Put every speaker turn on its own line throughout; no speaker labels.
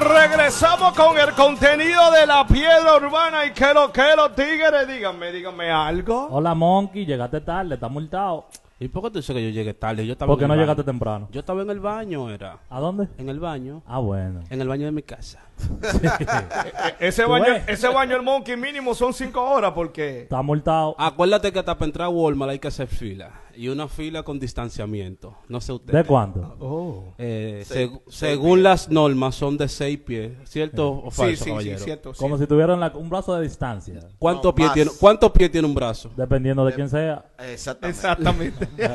regresamos con el contenido de la piedra urbana y que lo que los tigres, díganme, díganme algo.
Hola, Monkey, llegaste tarde, estás multado.
¿Y por qué tú dices que yo llegué tarde? Yo estaba
¿Por qué
en
no
el
llegaste
baño.
temprano?
Yo estaba en el baño, era.
¿A dónde?
En el baño.
Ah, bueno.
En el baño de mi casa.
E- Ese
Tú
baño,
ves.
ese baño el monkey mínimo son cinco horas porque
Estás multado.
Ah, Acuérdate que hasta para entrar a Walmart hay que hacer fila. Y una fila con distanciamiento. No sé usted.
¿De
ah,
cuánto?
Eh, seg- según las normas son de seis pies. ¿Cierto o falso, caballero?
cierto.
Como si tuvieran la- un brazo de distancia.
¿Cuántos
No,
pies
más.
tiene, ¿Cuántos pies tiene un brazo?
Dependiendo de quién sea.
Exactamente.
Exactamente.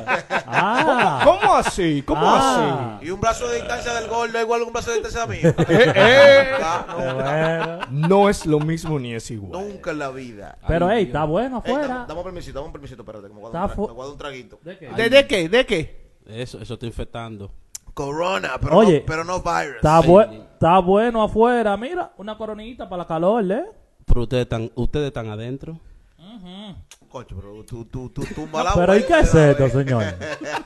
¡Ah!
¿Cómo así?
Oh,
¿Cómo
Ah.
Y un brazo de distancia del gordo es igual a un brazo de distancia mío.
así? Eh, eh.
Ah,
Qué
no,
bueno.
No es lo mismo ni es igual.
nunca en la vida.
Pero,
Ay,
hey,
Dios.
está bueno
Ey, dame,
afuera.
dame un permisito, dame un permisito, espérate, que me voy a
Está
dar un, tra-
fu-
me voy a dar un traguito.
¿De qué?
¿De, de qué? ¿De qué?
Eso, eso está infectando.
Corona, pero,
Oye.
no, pero no virus.
Está,
Sí.
bue- está bueno afuera. Mira, una coronita para la calor, ¿eh?
Pero ustedes están, ustedes están adentro.
Cocho, pero tú, tú, tú, tumba la
Pero, ¿y
vuelta.
qué es esto, señor?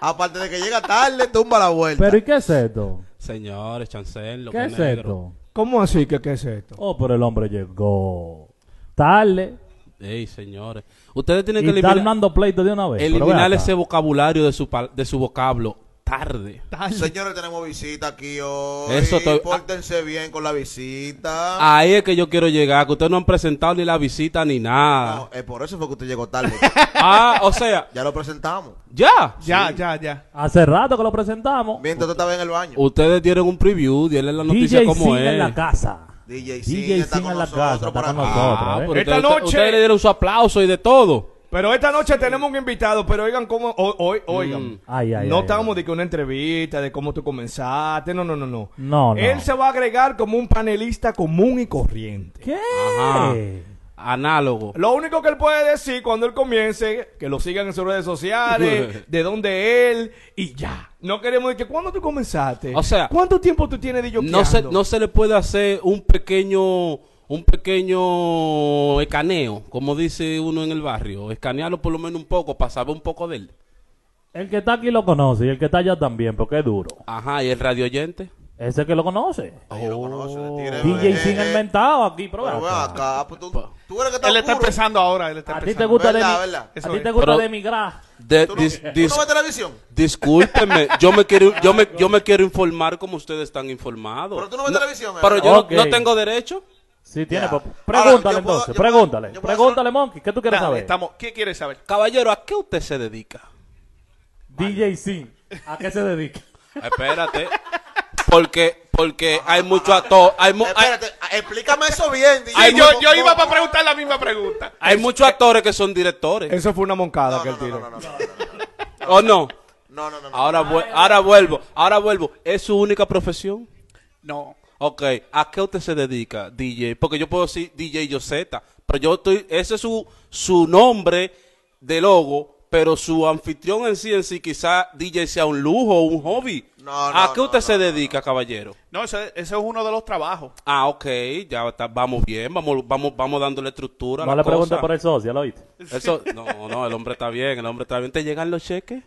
Aparte de que llega tarde, tumba la vuelta.
¿Pero y qué es esto?
Señores, chancelo.
¿Qué es esto?
¿Cómo así que qué es esto?
Oh, pero el hombre llegó tarde
Ey, señores. Ustedes tienen
y
que
está
eliminar,
armando pleito de una vez. Pues, Pero ven
eliminar
acá.
ese vocabulario de su, pal- de su vocablo. Tarde.
Señores, tenemos visita aquí hoy.
Eso Ah. estoy-
Pórtense bien con la visita.
Ahí es que yo quiero llegar, que ustedes no han presentado ni la visita ni nada.
No, eh, por eso fue que usted llegó tarde.
Ah, o sea,
ya lo presentamos.
ya.
Ya, ya, ya.
Hace rato que lo presentamos.
Mientras tú estabas en el baño.
Ustedes dieron un preview, denle la noticia
DJ
como
Sin
es.
en la casa.
DJ Sin
DJ
está
Sin
con
en la
nosotros
casa, está
por
con
acá.
nosotros.
Ah,
¿eh?
pero
Esta
ustedes,
noche-
ustedes le dieron su aplauso y de todo.
Pero esta noche tenemos un invitado, pero oigan cómo, o-
Mm.
oi- oigan,
Ay, ay,
no
ay,
estamos
ay.
de que una entrevista, de cómo tú comenzaste, no, no, no, no.
No, no.
Él se va a agregar como un panelista común y corriente.
¿Qué?
Ajá. Análogo.
Lo único que él puede decir cuando él comience, que lo sigan en sus redes sociales, de dónde él y ya. No queremos decir, ¿cuándo tú comenzaste?
O sea,
¿cuánto tiempo tú tienes de yo
No se, no se le puede hacer un pequeño, un pequeño escaneo, como dice uno en el barrio. Escanearlo por lo menos un poco para saber un poco de él.
El que está aquí lo conoce y el que está allá también, porque es duro.
Ajá, y el radio oyente.
Ese que lo conoce.
Ahí lo conoce, el tigre,
DJ
eh,
Sin
eh,
inventado aquí, pero
Pero
ven
ven
acá.
acá, pues tú, tú eres que está
Él está
oscuro.
empezando ahora, él está
A ti te
empezando.
gusta
Verdad,
de
verdad.
A ti
Eso
te
es.
gusta
Pero-
de emigrar.
De-
¿Tú no,
dis-
tú
dis-
no ves televisión?
discúlpeme, yo me quiero, yo me, yo me quiero informar como ustedes están informados.
Pero tú no ves televisión, ¿eh?
Pero yo no-
Ok.
no, tengo derecho.
Sí, tiene.
Ya.
pues,
Ahora, yo puedo-
Pregúntale
yo
entonces,
puedo-
pregúntale.
yo puedo hacer
Pregúntale, Monkey, ¿qué tú quieres
Nada,
saber?
estamos- ¿Qué quieres saber?
Caballero, ¿a qué usted se dedica?
DJ Sin, ¿a qué se dedica?
Espérate. Porque, porque hay mucho actor, hay, mu- hay,
Eh, Espérate, explícame eso bien. DJ.
Ay,
Sí, yo,
no,
yo
no,
iba
no,
para preguntar la misma pregunta.
hay muchos actores que son directores.
Eso fue una moncada
No,
que él
no, no,
tiró.
no, no, no,
¿O no?
no, no, no, no.
Ahora, vu- ahora vuelvo, ahora vuelvo. ¿Es su única profesión?
No.
Ok, ¿a qué usted se dedica, DJ? Porque yo puedo decir DJ Yoseta, pero yo estoy, ese es su, su nombre de logo, pero su anfitrión en sí, en sí, quizá DJ sea un lujo o un hobby.
No, no,
¿A qué
no,
usted
no,
se
no,
dedica, caballero?
No, eso, eso es uno de los trabajos.
Ah, ok, ya está, vamos bien, vamos, vamos, vamos dándole estructura. a
No
la
le preguntes
cosa.
por el socio, ¿lo oíste?
Eso, no, no, el hombre está bien, el hombre está bien. ¿Te llegan los cheques?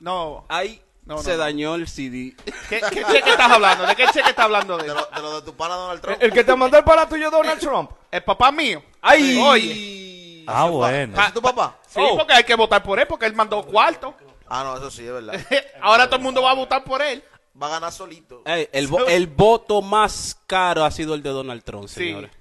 No.
Ahí
No, no,
se
no.
dañó el CD.
¿Qué, qué cheque estás hablando? ¿De qué cheque estás hablando de
De lo, de lo de tu pana Donald
Eh,
Trump.
El que te mandó el para tuyo, Donald Trump.
El papá mío.
¡Ay!
Oye.
Ah,
¿Es tu papá?
Sí,
Oh.
porque hay que votar por él, porque él mandó cuarto.
Ah, no, eso sí, es verdad.
Ahora todo el mundo va a votar por él.
Va a ganar solito.
Eh,
Ey, el, vo- el voto más caro ha sido el de Donald Trump, señores.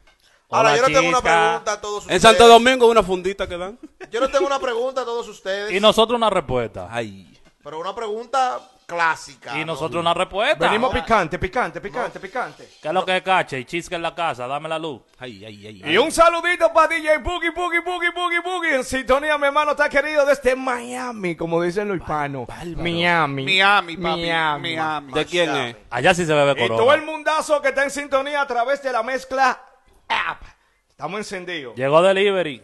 Ahora,
Hola,
yo le tengo una
chica.
pregunta a todos ustedes.
En Santo Domingo una fundita que dan.
Yo le tengo una pregunta a todos ustedes.
Y nosotros una respuesta.
Ay.
Pero una pregunta clásica.
Y
¿no?
nosotros una respuesta.
Venimos picante, picante, picante, picante.
¿Qué es lo que es cache? Y chisque en la casa, dame la luz.
Ay, ay, ay.
Ah.
ay.
Y un saludito para DJ Boogie, Boogie, Boogie, Boogie, Boogie. En sintonía, mi hermano, está querido desde Miami, como dicen los hispanos. Miami.
Miami, papi.
Miami.
Miami.
¿De quién es?
Allá sí se bebe
Y todo el mundazo que está en sintonía a través de la mezcla app. Estamos encendidos.
Llegó delivery.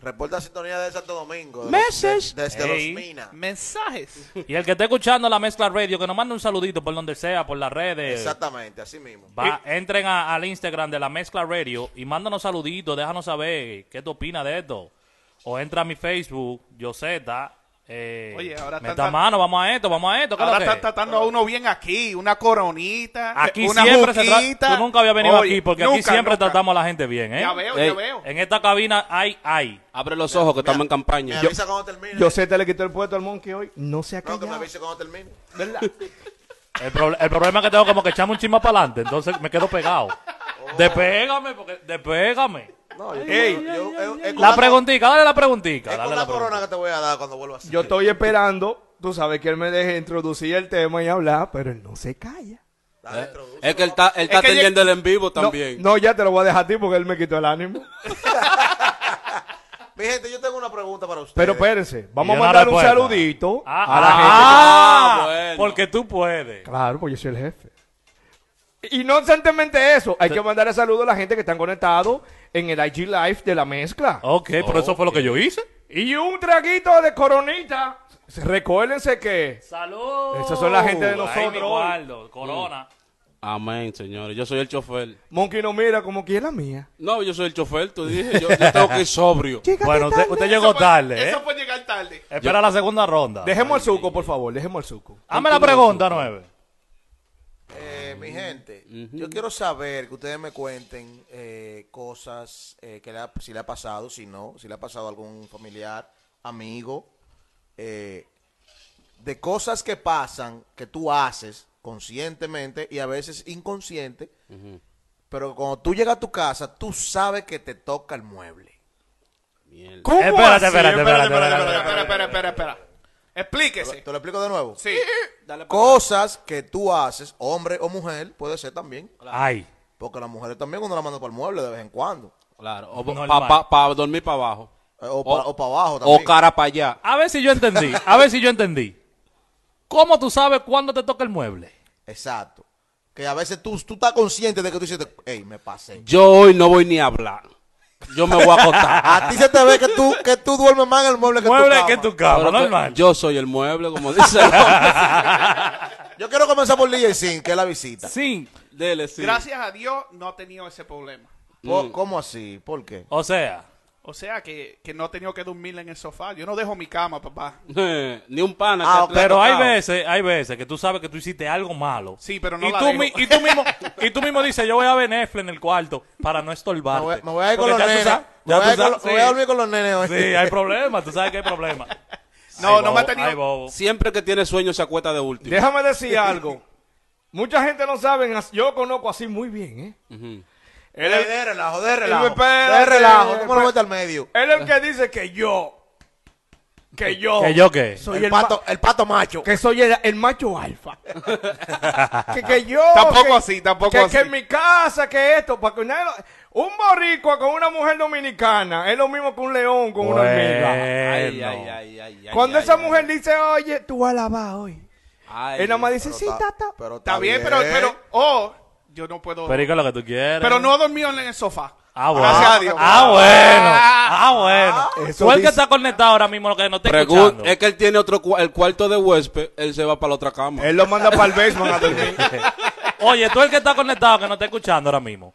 Reporta sintonía de Santo Domingo. de-
Meses.
de- desde
Ey.
los minas.
Mensajes.
Y el que esté escuchando la mezcla radio, que nos mande un saludito por donde sea, por las redes.
Exactamente, así mismo.
Va, entren a- al Instagram de la mezcla radio y mándanos saluditos, déjanos saber qué tú opinas de esto. O entra a mi Facebook, Yoseta, Eh,
Oye, ahora
meta
tanta-
mano, vamos a esto, vamos a esto. ¿qué es lo
Ahora
que
están
es?
tratando a uno bien aquí, una coronita,
Aquí
una
siempre se
juquita.
trata. Yo nunca había venido
Oye,
aquí porque aquí
nunca,
siempre
nunca.
tratamos a la gente bien, ¿eh?
Ya veo,
Ey.
ya veo.
En esta cabina hay, hay.
Abre los ojos que estamos en
Me
campaña. Yo-
avisa cuando termine.
Yo sé te le quitó el puesto al monkey hoy. No se ha
No, que me
callado.
avise cuando termine.
¿Verdad?
El, proble- el problema es que tengo como que echarme un chisme para adelante, entonces me quedo pegado. Despégame, porque despégame.
No, yo,
Ey.
yo- yo- es con
La
una-
preguntita, dale la
Es
preguntita.
con
Dale
una
la
corona
preguntita.
que te voy a dar cuando vuelvas.
Yo estoy esperando, tú sabes que él me deje introducir el tema y hablar, pero él no se calla.
Dale, introduce.
Eh, Es que él está, él está
Es que
atendiendo el en vivo
No,
también.
No, ya te lo voy a dejar a ti porque él me quitó el ánimo.
Mi gente, yo tengo una pregunta para ustedes.
Pero espérense, vamos
Eh, Y
a
yo no
mandar un
recuerdo.
saludito
Ah,
a la
ah,
gente.
ah,
Ah, bueno.
Porque tú puedes.
Claro, porque yo soy el jefe. Y no solamente eso, hay que mandar el saludo a la gente que están conectados en el IG Live de la mezcla.
Ok, pero eso fue lo que yo hice.
Y un traguito de coronita. Recuérdense que
Salud.
Esas son la gente de nosotros
Ay, mi
hoy. Mm.
Waldo, corona.
Amén, señores. Yo soy el chofer.
Monkey no mira como que es la mía.
No, yo soy el chofer, tú dije. Yo, yo tengo que ir sobrio.
Bueno, usted, usted
Eso
llegó
fue-
tarde, ¿eh?
Eso fue llegar tarde.
Espera la segunda
Ah,
ronda.
Dejemos el suco, por favor, dejemos el suco.
Hazme la pregunta, nueve.
Eh, mi gente, yo quiero saber que ustedes me cuenten eh, cosas eh, que le ha- si le ha pasado, si no, si le ha pasado a algún familiar, amigo, eh, de cosas que pasan, que tú haces conscientemente y a veces inconsciente, pero cuando tú llegas a tu casa, tú sabes que te toca el mueble.
Mierda.
¿Cómo
Espérate,
así?
espérate, espérate,
Espera, espera,
espérate,
espera, espera, espera, espera, espera. Explíquese.
¿Te lo explico de nuevo?
Sí.
Cosas que tú haces, hombre o mujer, puede ser también,
Ay.
porque las mujeres también uno la manda para el mueble de vez en cuando.
Claro. O
Normal.
para dormir para abajo.
Eh, O para
O-
abajo también.
O cara para allá.
A ver si yo entendí. A ver si yo entendí. ¿Cómo tú sabes cuándo te toca el mueble?
Exacto. Que a veces tú, tú estás consciente de que tú dices, hey, me pasé.
Yo hoy no voy ni a hablar. Yo me voy a acostar.
A ti se te ve que tú, que tú duermes más en el mueble que
mueble
tu cama.
que tu cama,
Pero que-
normal.
yo soy el mueble, como dice el hombre.
Yo quiero comenzar por DJ Sin, que es la visita.
Sí.
Dele, sí.
Gracias a Dios no he tenido ese problema.
Po- ¿Cómo así? ¿Por qué?
O sea,
O sea que, que no he tenido que dormir en el sofá. Yo no dejo mi cama, papá.
Eh, Ni un pana.
Ah,
que-
pero hay
tocado.
veces, hay veces que tú sabes que tú hiciste algo malo.
Sí, pero no
y
la
tú,
dejo.
mi- y tú mismo y tú mismo dices, yo voy a ver Netflix en el cuarto para no
Me
estorbarte.
voy, me voy a ir con
Porque
los
ya tú
nenes.
sabes-
Me
ya
voy a
tú
ir con
sabes-
los- me voy a dormir con los nenes hoy.
Sí, sí, hay problemas, tú sabes que hay problemas.
No,
Ay,
no me ha
bobo,
tenido-
ay, bobo.
Siempre que tiene sueño se acuesta de último.
Déjame decir algo. Mucha gente no sabe, yo conozco así muy bien, ¿eh? Él
Ey,
es-
De relajo, de relajo.
pues,
espérate,
De relajo. ¿Cómo
espérate.
lo metes al medio?
Él es el que dice que yo. Que yo.
¿Que yo qué?
Soy el,
el, pato,
ma-
el pato macho.
que soy el, el macho alfa. que, que yo.
Tampoco
que-
así, tampoco
que-
así.
Que en mi casa, que esto. Para que nadie lo- un boricua con una mujer dominicana es lo mismo que un león con una hormiga.
Ay,
Bueno.
ay, ay, ay, ay,
Cuando
ay,
esa
ay.
mujer dice, oye, tú vas a lavar hoy.
Ay,
Él nada más dice,
Pero
sí,
está-
tata.
pero
Está bien, pero, pero, oh, yo no puedo.
Pero
Pero,
¿y qué es lo que tú quieres.
no he dormido en el sofá.
Ah, bueno.
Gracias a Dios.
Ah, bueno. Ah, bueno.
Eso
Tú el que
dice-
está conectado ahora mismo, lo que no está
Pregun-
escuchando.
es que él tiene otro cua- el cuarto de huésped, él se va para la otra cama.
Él lo manda para el basement a dormir.
Oye, tú el que está conectado, que no está escuchando ahora mismo.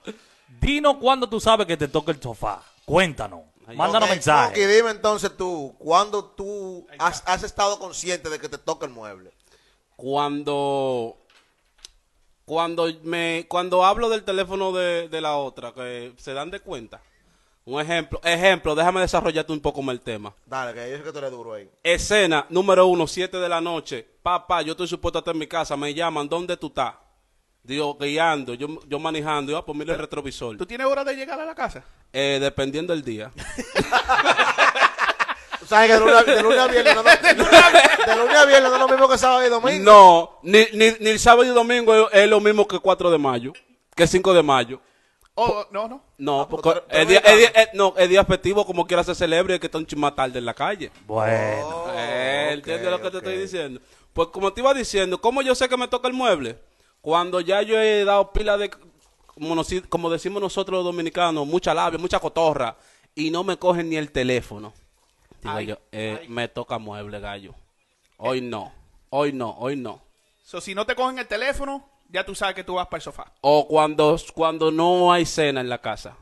Dinos cuándo tú sabes que te toca el sofá. Cuéntanos. Mándanos
Ok,
mensajes.
Monkey, dime entonces tú, ¿cuándo tú has, has estado consciente de que te toca el mueble?
Cuando cuando me cuando hablo del teléfono de, de la otra, que se dan de cuenta. Un ejemplo, ejemplo, déjame desarrollarte un poco más el tema.
Dale, que yo sé que tú eres duro ahí.
Escena número uno, siete de la noche. Papá, yo estoy supuesto a estar en mi casa. Me llaman, ¿dónde tú estás? Digo, guiando, yo, yo manejando. Yo, ah, pues mira el retrovisor.
¿Tú tienes hora de llegar a la casa?
Eh, dependiendo del día.
Tú sabes que de lunes a, de lunes a viernes no, no- de lunes a viernes no es lo mismo que sábado y domingo.
No, ni, ni, ni el sábado y domingo es- es lo mismo que 4 de mayo, que 5 de mayo.
Oh, no, no.
No,
Ah, pero
porque
tú eres- tú
es
eres
día, es día-
dominicano.
es- no, es día festivo, como quiera se celebre, que está un chisma tarde en la calle.
Bueno.
Eh, ¿Entiendes lo que te
ok.
estoy diciendo? Pues como te iba diciendo, ¿cómo yo sé que me toca el mueble? Cuando ya yo he dado pila de, como, nos- como decimos nosotros los dominicanos, mucha labia, mucha cotorra, y no me cogen ni el teléfono. Digo yo, eh, me toca mueble, gallo. Hoy no, hoy no, hoy no.
So, si no te cogen el teléfono, ya tú sabes que tú vas para el sofá.
O cuando, cuando no hay cena en la casa.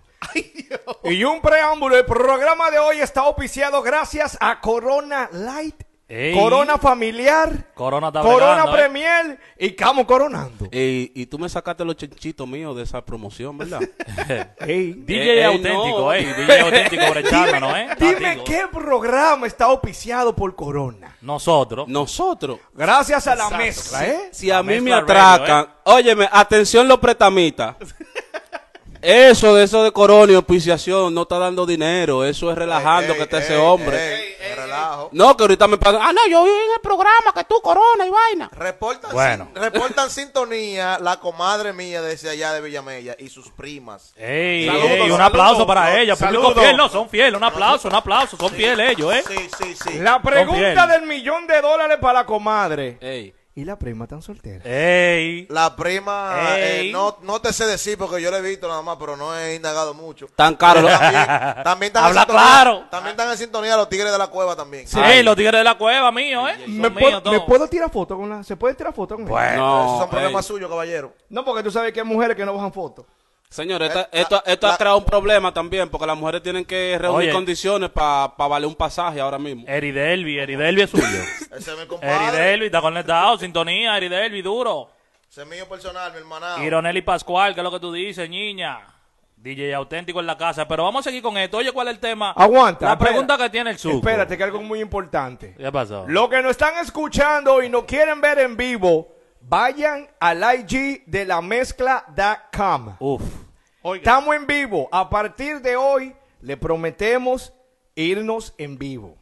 Y un preámbulo, el programa de hoy está oficiado gracias a Corona Light
Ey.
Corona familiar,
Corona está
Corona
bregando, ¿eh?
Premier y estamos coronando.
Ey, y tú me sacaste los chinchitos míos de esa promoción, ¿verdad?
Ey,
DJ
Eh, eh,
auténtico,
no.
eh. DJ auténtico brechándonos, eh.
dime
Tático.
qué programa está auspiciado por Corona.
Nosotros.
Nosotros,
Gracias a la mezcla, ¿eh?
si a
La
mí me
mezcla ¿eh? radio,
atracan, óyeme, atención los pretamitas. Eso de eso de corona y auspiciación no está dando dinero, eso es relajando
Ey,
que está
ey,
ese hombre.
ey, qué relajo.
No, que ahorita me pasan, ah no, yo vi en el programa que tú corona y vaina.
Reportan,
Bueno.
sin- reportan sintonía la comadre mía desde allá de Villamella y sus primas.
Ey,
Saludos,
ey, un
saludos.
aplauso para ella. Público
Saludos.
fiel, no, son fieles. Un aplauso, un aplauso. Son fieles ellos, eh.
Sí, sí, sí.
La pregunta
Confía.
del millón de dólares para la comadre.
Ey,
¿Y la prima tan soltera?
Ey.
La prima, eh,
Ey.
no, no te sé decir porque yo la he visto nada más, pero no he indagado mucho.
tan caro. los-
También, también están
Habla
en sintonía,
claro.
También están en sintonía los tigres de la cueva también.
Sí, los tigres de la cueva mío, eh. Son
¿Me,
míos
puedo,
todos.
me puedo tirar foto con la? ¿Se puede tirar foto con ella?
Bueno.
Pero
No,
esos son problemas
ey.
suyos, caballero.
No, porque tú sabes que hay mujeres que no bajan fotos.
Señores,
Eh,
esta-
la-
esto, esto
la-
ha creado un problema también, porque las mujeres tienen que reunir
Oye. Eh.
condiciones para valer un pasaje ahora mismo.
Eri Delvi, Eri Delvi es suyo.
Ese es mi
Eri
compadre.
Delvi está conectado, sintonía, Eri Delvi, duro.
Ese es mío personal, mi hermanado.
Ironelli Pascual, ¿qué es lo que tú dices, niña? DJ auténtico en la casa. Pero vamos a seguir con esto. Oye, ¿cuál es el tema?
Aguanta.
La
espera.
pregunta que tiene el suco.
Espérate, que algo muy importante.
¿Qué pasó?
Los que nos están escuchando y no quieren ver en vivo, vayan al IG de la mezcla.com.
Uf.
Oiga,
Estamos en vivo. A partir de hoy, le prometemos irnos en vivo.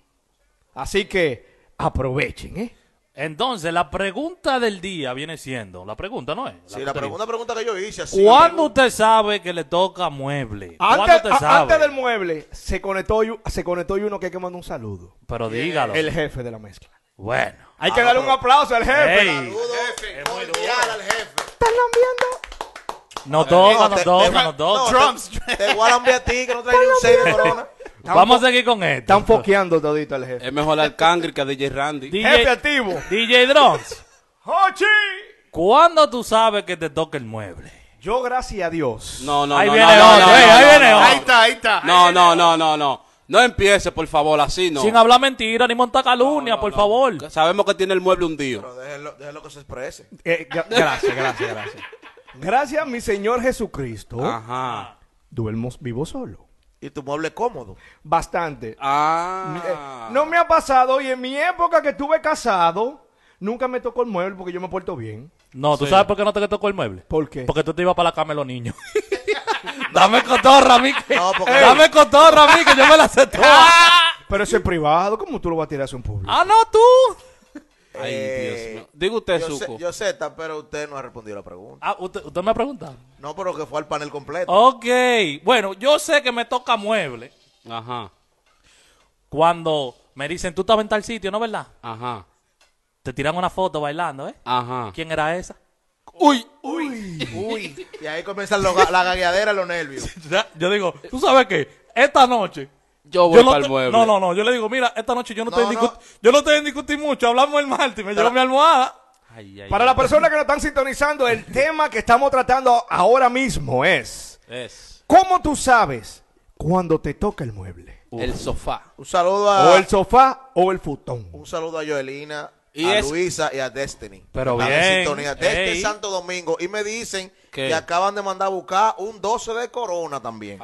Así que aprovechen, ¿eh?
Entonces, la pregunta del día viene siendo, la pregunta no es.
Sí, la pregunta, pregunta que yo hice. Así,
¿Cuándo usted sabe que le toca mueble? ¿Cuándo
Antes,
usted
a-
sabe?
antes del mueble, se conectó, y- se conectó y uno que hay que mandar un saludo.
Pero dígalo.
El jefe de la mezcla.
Bueno.
Hay que darle un aplauso al jefe.
Ey,
Saludo
Es muy duro.
cordial al jefe.
¿Están lambiendo?
nos toca,
No,
nos
te-
toca,
te-
nos toca.
no, Te, te voy a lamber a ti que no traes ni un seis de corona.
Vamos a seguir con esto.
Están foqueando todito al jefe.
Es mejor al Cangri que a DJ Randy.
DJ,
Jefe activo.
DJ Drones,
¡Hochi!
¿cuándo tú sabes que te toca el mueble?
Yo, gracias a Dios.
No, no,
Ahí
no,
viene
no, no,
otro,
no,
ey,
no,
ahí
no,
viene
no.
otro.
ahí está, ahí está.
No, no, no, no, no. No empiece, por favor, así no.
Sin hablar mentira ni montar calumnia, por favor.
Sabemos que tiene el mueble hundido.
Pero déjelo, déjelo que se exprese.
Eh, gra- gracias, gracias, gracias. Gracias a mi Señor Jesucristo.
Ajá.
Duermo vivo solo.
Y tu mueble cómodo.
Bastante.
Ah.
Eh, no me ha pasado y en mi época que estuve casado, nunca me tocó el mueble porque yo me porto bien.
No, ¿tú sabes por qué no te tocó el mueble?
¿Por qué?
Porque tú te ibas para la cama de los niños. Dame cotorra a mí que...
No, porque-
Dame cotorra a mí que yo me la sé toda.
Ah, Pero eso es privado, ¿cómo tú lo vas a tirar hacia un público?
ah, no, tú.
Ay,
Eh,
Dios mío. Diga usted,
yo, sé,
Suco.
yo sé, ta, pero usted no ha respondido la pregunta.
Ah, usted, usted me ha preguntado.
No, pero que fue al panel completo.
Ok. Bueno, yo sé que me toca mueble
Ajá.
cuando me dicen, tú estabas en tal sitio, ¿no verdad?
Ajá.
Te tiran una foto bailando, ¿eh?
Ajá.
¿Quién era esa?
Uy.
Uy. Y ahí comienzan los ga- la gagueadera, los nervios.
Ya, Yo digo, ¿tú sabes qué? Esta noche...
Yo voy
Yo no,
para el
te-
mueble.
no, no, no. Yo le digo, mira, esta noche yo no,
No,
estoy en
no.
discu- yo no estoy en discutir mucho. Hablamos el martes, me llevo mi almohada.
Ay, ay,
Para
ay.
las personas que nos están sintonizando, el tema que estamos tratando ahora mismo es,
Es
¿cómo tú sabes cuando te toca el mueble?
el sofá.
Un saludo a.
O el sofá o el futón.
Un saludo a Joelina,
Y
a
es-
Luisa y a Destiny.
Pero
Están en
bien,
sintonía desde
ey.
Santo Domingo. Y me dicen
¿Qué?
que acaban de mandar a buscar un 12 de corona también.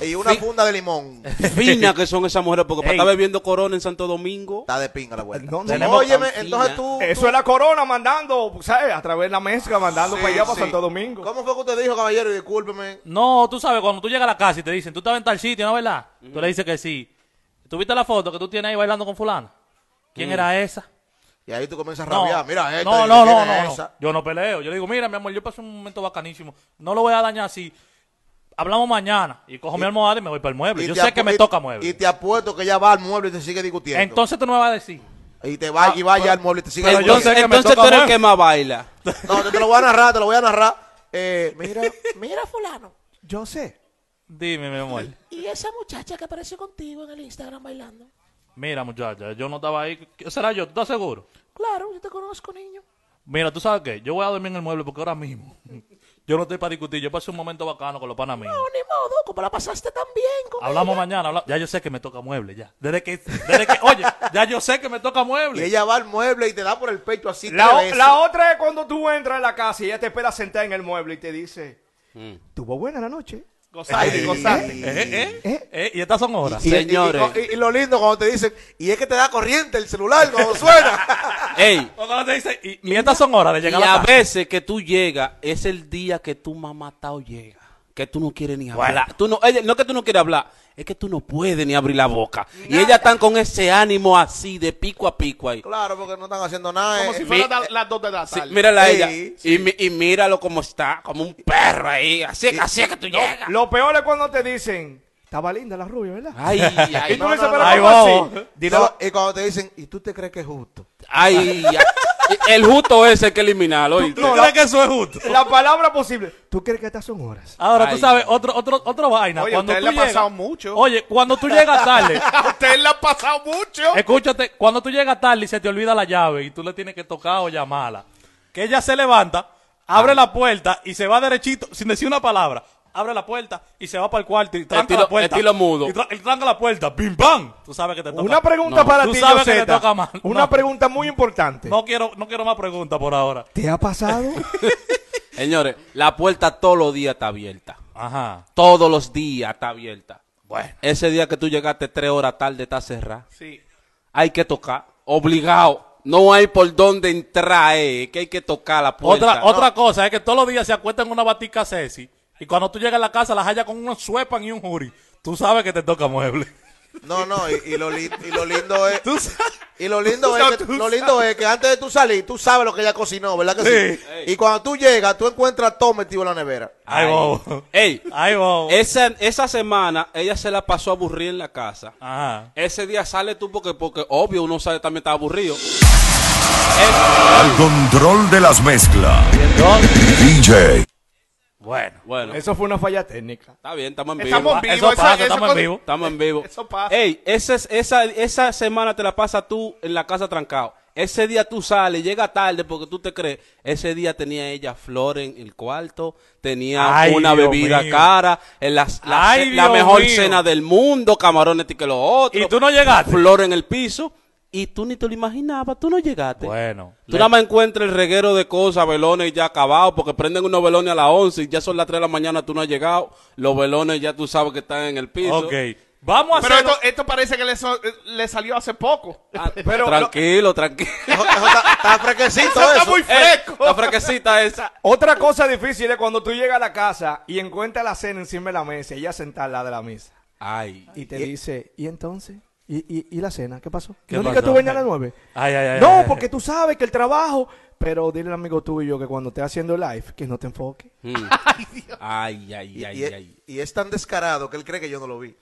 Y una funda de limón.
Fina que son esas mujeres, porque para
Ey.
estar bebiendo corona en Santo Domingo.
Está de pinga la vuelta.
No, no,
Tenemos
Óyeme,
tan
entonces
fina.
tú.
Eso es la corona mandando, ¿sabes? A través de la mezcla, mandando
Sí,
para allá, para
sí.
Santo Domingo.
¿Cómo fue que usted dijo, caballero? Y discúlpeme.
No, tú sabes, cuando tú llegas a la casa y te dicen, tú estabas en tal sitio, ¿no verdad? Tú le dices que sí. ¿Tuviste la foto que tú tienes ahí bailando con fulano? ¿Quién era esa?
Y ahí tú comienzas a
No.
rabiar. Mira, esta.
no,
y
no, no,
tiene
no, no.
esa.
Yo no peleo. Yo le digo, mira, mi amor, yo pasé un momento bacanísimo. No lo voy a dañar así. Hablamos mañana. Y cojo mi almohada y me voy para el mueble.
Y
Yo
te
sé que
apu-
me
y-
toca mueble.
Y te apuesto que ya va al mueble y te sigue discutiendo.
Entonces tú no me vas a decir.
y te va y va ya al mueble y te sigue
pero yo
discutiendo.
sé que me
entonces
toca
tú eres el
mueble.
que más baila.
No, yo te lo voy a narrar, te lo voy a narrar. Eh, mira, mira, fulano.
Yo sé.
Dime, mi amor.
Y esa muchacha que apareció contigo en el Instagram bailando.
Mira, muchacha, yo no estaba ahí. ¿Qué ¿Será yo? ¿Tú estás seguro?
Claro, yo te conozco, niño.
Mira, tú sabes qué. Yo voy a dormir en el mueble porque ahora mismo Yo no estoy para discutir. Yo pasé un momento bacano con los panas míos.
No, ni modo, como la pasaste tan bien con
Hablamos
ella.
mañana. habla- Ya yo sé que me toca mueble, ya. Desde que, desde que, oye, ya yo sé que me toca
Y
mueble.
ella va al mueble y te da por el pecho así tres
La, o-
veces.
la otra es cuando tú entras en la casa y ella te espera sentada en el mueble y te dice, tuvo buena la noche.
Gozate, gozate.
Eh, eh,
¿Eh?
eh, y estas son horas.
Y- y- y-
Señores.
Y, y lo lindo cuando te dicen, y es que te da corriente el celular cuando suena.
Ey,
O cuando te dicen, y, y estas son horas de
y
llegar a
a
la casa.
veces que tú llegas, es el día que tu mamá Tao llega. Que tú no quieres ni hablar.
Bueno.
Tú no, ella- no es que tú no quieres hablar, es que tú no puedes ni abrir la boca. Y ellas están con ese ánimo así, de pico a pico ahí.
claro, porque no están haciendo nada.
Como
eh.
si
mi-
fueran las- las dos de la
Sí,
tarde.
mírala a
Sí,
ella.
sí.
Y, mi- y míralo como está, como un perro ahí. Así, es- así es que tú llegas.
Lo peor es cuando te dicen, estaba linda la rubia, ¿verdad?
Ay,
y
ay, oh,
tú
no,
le dices,
no, no.
pero
Ahí
¿cómo
vamos.
así?
Y
Dilo-
no, y cuando te dicen, ¿y tú te crees que es justo?
Ay, ay. El justo ese hay que eliminarlo. ¿oíste?
¿Tú crees que eso es justo?
La palabra posible. ¿Tú crees que estas son horas?
Ahora,
Ay.
tú sabes, otro, otro, otra vaina.
Oye,
cuando
a
tú
usted le ha
llegas-
pasado mucho.
Oye, cuando tú llegas tarde,
A usted le ha pasado mucho.
escúchate, cuando tú llegas tarde y se te olvida la llave y tú le tienes que tocar o llamarla, que ella se levanta,
Ah.
abre la puerta y se va derechito, sin decir una palabra, abre la puerta y se va para el cuarto y tranca
Estilo-
la puerta.
estilo mudo.
Y tra- y tranca la puerta, pim pam. Tú sabes que te toca.
Una pregunta para
Tú
ti,
sabes que te
Yoseta.
toca mal.
Una
No.
pregunta muy importante.
No quiero, no quiero más preguntas por ahora.
¿Te ha pasado?
Señores, la puerta todos los días está abierta.
Ajá.
Todos los días está abierta.
Bueno.
Ese día que tú llegaste tres horas tarde está cerrada.
Sí.
Hay que tocar. Obligado. No hay por dónde entrar, eh, que hay que tocar la
Pues
puerta.
Otra, otra cosa es que todos los días se acuestan en una batica Ceci y cuando tú llegas a la casa las hallas con unos suepan y un jury. Tú sabes que te toca mueble.
No, no, y, y lo, li- y lo lindo es...
Tú sabes.
Y lo lindo,
Tú
es
sabes,
que,
tú
lo lindo es que antes de tú salir, tú sabes lo que ella cocinó, ¿verdad que sí?
Sí.
Y cuando tú llegas, tú encuentras todo metido en la nevera.
Ay, bobo.
Ey,
Ay, bobo.
esa, esa semana ella se la pasó aburrida en la casa.
Ajá.
Ese día sale tú porque, porque obvio, uno sale también está aburrido.
Al control de las mezclas. DJ.
Bueno.
Bueno,
Eso fue una falla técnica.
está bien, estamos en vivo.
Estamos en
Eso
vivo. esa-
pasa,
esa
estamos en
cosa-
vivo.
Estamos en vivo.
Eso pasa.
Ey, esa, es- esa, esa semana te la pasas tú en la casa trancado. Ese día tú sales, llega tarde porque tú te crees. Ese día tenía ella flor en el cuarto, tenía
Ay,
una
Dios
bebida
mío.
cara, en las- la,
Ay,
ce- la
Dios
mejor
mío.
cena del mundo, camarones y que lo otro.
Y tú no llegaste.
Flor en el piso. Y tú ni te lo imaginabas, tú no llegaste.
Bueno.
Tú nada más encuentras el reguero de cosas, velones ya acabados, porque prenden unos velones a las 11 y ya son las 3 de la mañana, tú no has llegado. Los velones ya tú sabes que están en el piso.
Ok. Vamos a
Pero
hacer...
esto, esto parece que le, so- eh, le salió hace poco.
Ah,
Pero
tranquilo, tranquilo.
Eso, eso está, está fresquecito eso.
está muy fresco.
La fresquecita esa.
Otra cosa difícil es cuando tú llegas a la casa y encuentras la cena encima de la mesa y ella sentada al lado de la mesa.
Ay.
Y te dice, ¿y entonces? ¿Y, y, y la cena? ¿Qué pasó?
¿Qué
¿No dije que
pasó?
tú venías a las nueve?
Ay, ay, ay,
No,
ay,
porque tú sabes que el trabajo... Pero dile al amigo tuyo que cuando esté haciendo live, que no te enfoque.
Mm. Ay, ay,
Y,
ay,
y-
ay.
y es tan descarado que él cree que yo no lo vi.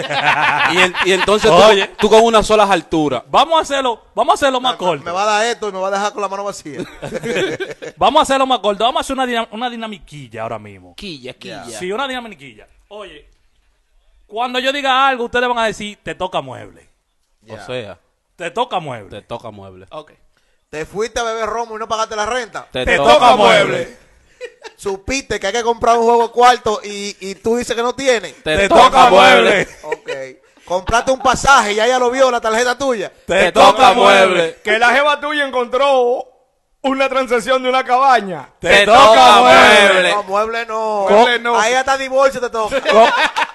Y, en- y entonces tú,
Oye.
tú con unas solas alturas.
Vamos a hacerlo, vamos a hacerlo más
Ah,
Me-
corto.
Me va a dar esto y me va a dejar con la mano vacía.
Vamos a hacerlo más corto. Vamos a hacer una, dinam- una dinamiquilla ahora mismo.
Quilla, quilla.
Sí, una dinamiquilla. Oye, cuando yo diga algo, ustedes van a decir, te toca mueble.
O sea,
Te toca mueble.
te toca mueble.
Ok.
Te fuiste a beber romo y no pagaste la renta.
Te,
toca mueble.
Supiste que hay que comprar un juego de cuarto y, y tú dices que no tienes.
Te, toca mueble.
Ok. Compraste un pasaje y ella lo vio, la tarjeta tuya.
Te toca mueble.
Que la jeva tuya encontró una transacción de una cabaña.
Te toca mueble.
No, mueble no.
Mueble no.
Ahí hasta divorcio te toca.
Co-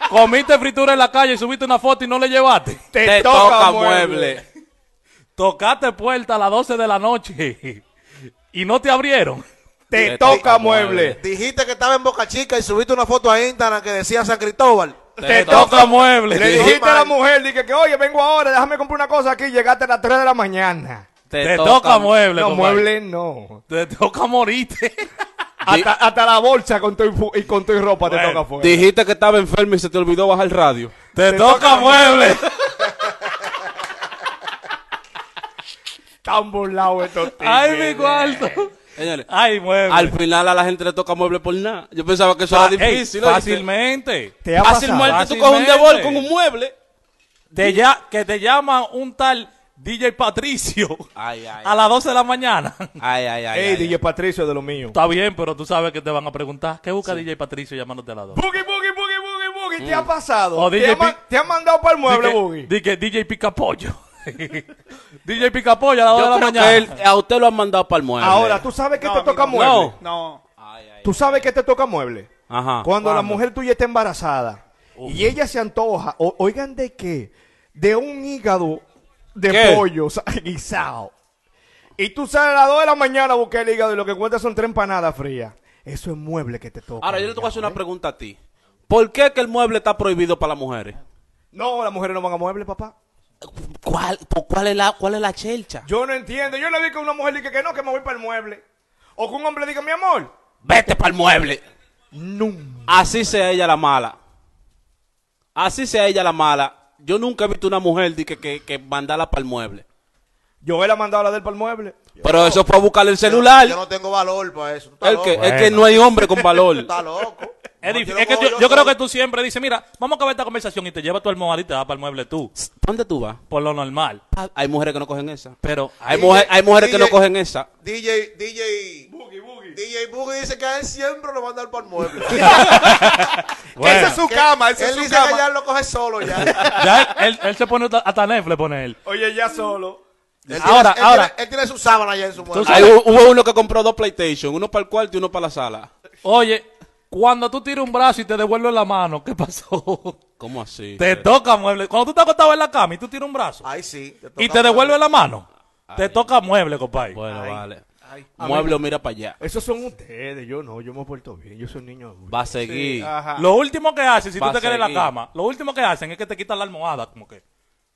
comiste fritura en la calle y subiste una foto y no le llevaste.
Te, toca mueble.
Tocaste puerta a las 12 de la noche y no te abrieron.
Te,
Te
toca,
toca
mueble.
mueble.
Dijiste que estaba en Boca Chica y subiste una foto a Instagram que decía San Cristóbal.
Te,
Te
toca,
Toca
mueble.
mueble.
Le
Dije
dijiste a la
mal.
mujer, dije que oye, vengo ahora, déjame comprar una cosa aquí, llegaste a las 3 de la mañana.
Te, toca mueble.
No,
compadre.
mueble no.
Te toca morirte.
Hasta, hasta la bolsa con tu, infu- y con tu ropa te
Bueno,
toca fuera.
Dijiste que estaba enfermo y se te olvidó bajar el radio.
Te, toca mueble.
Tan burlado estos tigres.
Ay, mi cuarto.
Señores,
Ay, mueble.
al final a la gente le toca mueble por nada. Yo pensaba que eso
Fa-
era
ey,
difícil. ¿oíste?
fácilmente.
¿Te ha
Fácil
pasado?
muerte, tú coges un
Fácilmente.
devol con un mueble.
Te ya, que te llama un tal DJ Patricio
Ay, ay.
a las 12 de la mañana.
Ay, ay, ay.
Ey,
ay,
DJ Patricio de lo mío.
Está bien, pero tú sabes que te van a preguntar. ¿Qué busca DJ Patricio llamándote a las 12?
Boogie, boogie, boogie, boogie, boogie.
Mm.
¿Te ha pasado?
O
¿Te,
DJ
ha ma-
Pi-
te ha mandado para el mueble, Pues Boogie.
Di que DJ Picapollo. DJ Picapollo a las 2 de
Yo
la
creo
mañana.
que él- a usted lo han mandado para el mueble.
Ahora, ¿tú sabes que
No,
te
a mí
toca
no.
mueble?
No.
No.
¿Tú sabes que te toca mueble?
Ajá.
Cuando la mujer tuya está embarazada y ella se antoja, o- oigan de qué, de un hígado de
¿Qué?
pollo sa- guisado. Y tú sales a las 2 de la mañana a buscar el hígado y lo que encuentras son tres empanadas frías. Eso es mueble que te toca.
Ahora, yo te voy a hacer
hígado,
una
¿eh?
pregunta a ti. ¿Por qué que el mueble está prohibido para las mujeres?
No, las mujeres no van a mueble, papá.
¿Cuál, por cuál, es la, ¿Cuál es la chelcha?
Yo no entiendo. Yo le vi que una mujer diga que no, que me voy para el mueble. O que un hombre diga, mi amor,
Vete para el mueble.
no.
Así sea ella la mala. Así sea ella la mala. Yo nunca he visto una mujer di que, que, que mandala para el mueble.
Yo él ha mandado a la del para el mueble.
Pero eso fue a buscarle el celular.
Yo no tengo valor para eso. Tú estás
El que,
loco.
es que no hay hombre con valor.
Tú estás loco.
Es
No,
difícil.
lo
Es que
cojo
yo, yo creo
solo.
que tú siempre dices, mira, vamos a acabar esta conversación y te lleva tu almohada y te vas para el mueble tú,
¿Dónde tú vas?
por lo normal.
Ah, Hay mujeres que no cogen esa.
Pero
Hay,
DJ,
mujer- hay mujeres que no
DJ.
cogen esa.
DJ, DJ. Boogie, Boogie. DJ Boogie dice que a él siempre lo manda al para el mueble.
Bueno.
Esa es su cama, esa
él
es su
dice que ya
cama.
él lo coge solo ya.
ya él, él- él se pone hasta Nef, le pone él.
Oye, ya solo.
Él
Ahora,
tiene- él
ahora.
tiene- él tiene su sábana ya en su mueble.
Hay u- hubo uno que compró dos PlayStation, uno para el cuarto y uno para la sala.
Oye, cuando tú tiras un brazo y te devuelves la mano, ¿qué pasó?
¿Cómo así?
Te toca mueble. Cuando tú estás acostado en la cama y tú tiras un brazo
Ahí sí.
y
Ah, toca
te devuelve
mueble.
la mano, te toca mueble, compadre.
Bueno, vale. Mueble o mira para allá.
Esos son ustedes. Yo no, yo me he puesto bien. Yo soy un niño adulto.
Va a seguir.
Ajá.
Lo último que hacen, si
Ah.
tú
Va
te
a
quedas en la
seguir.
cama, lo último que hacen es que te quitan la almohada, como que.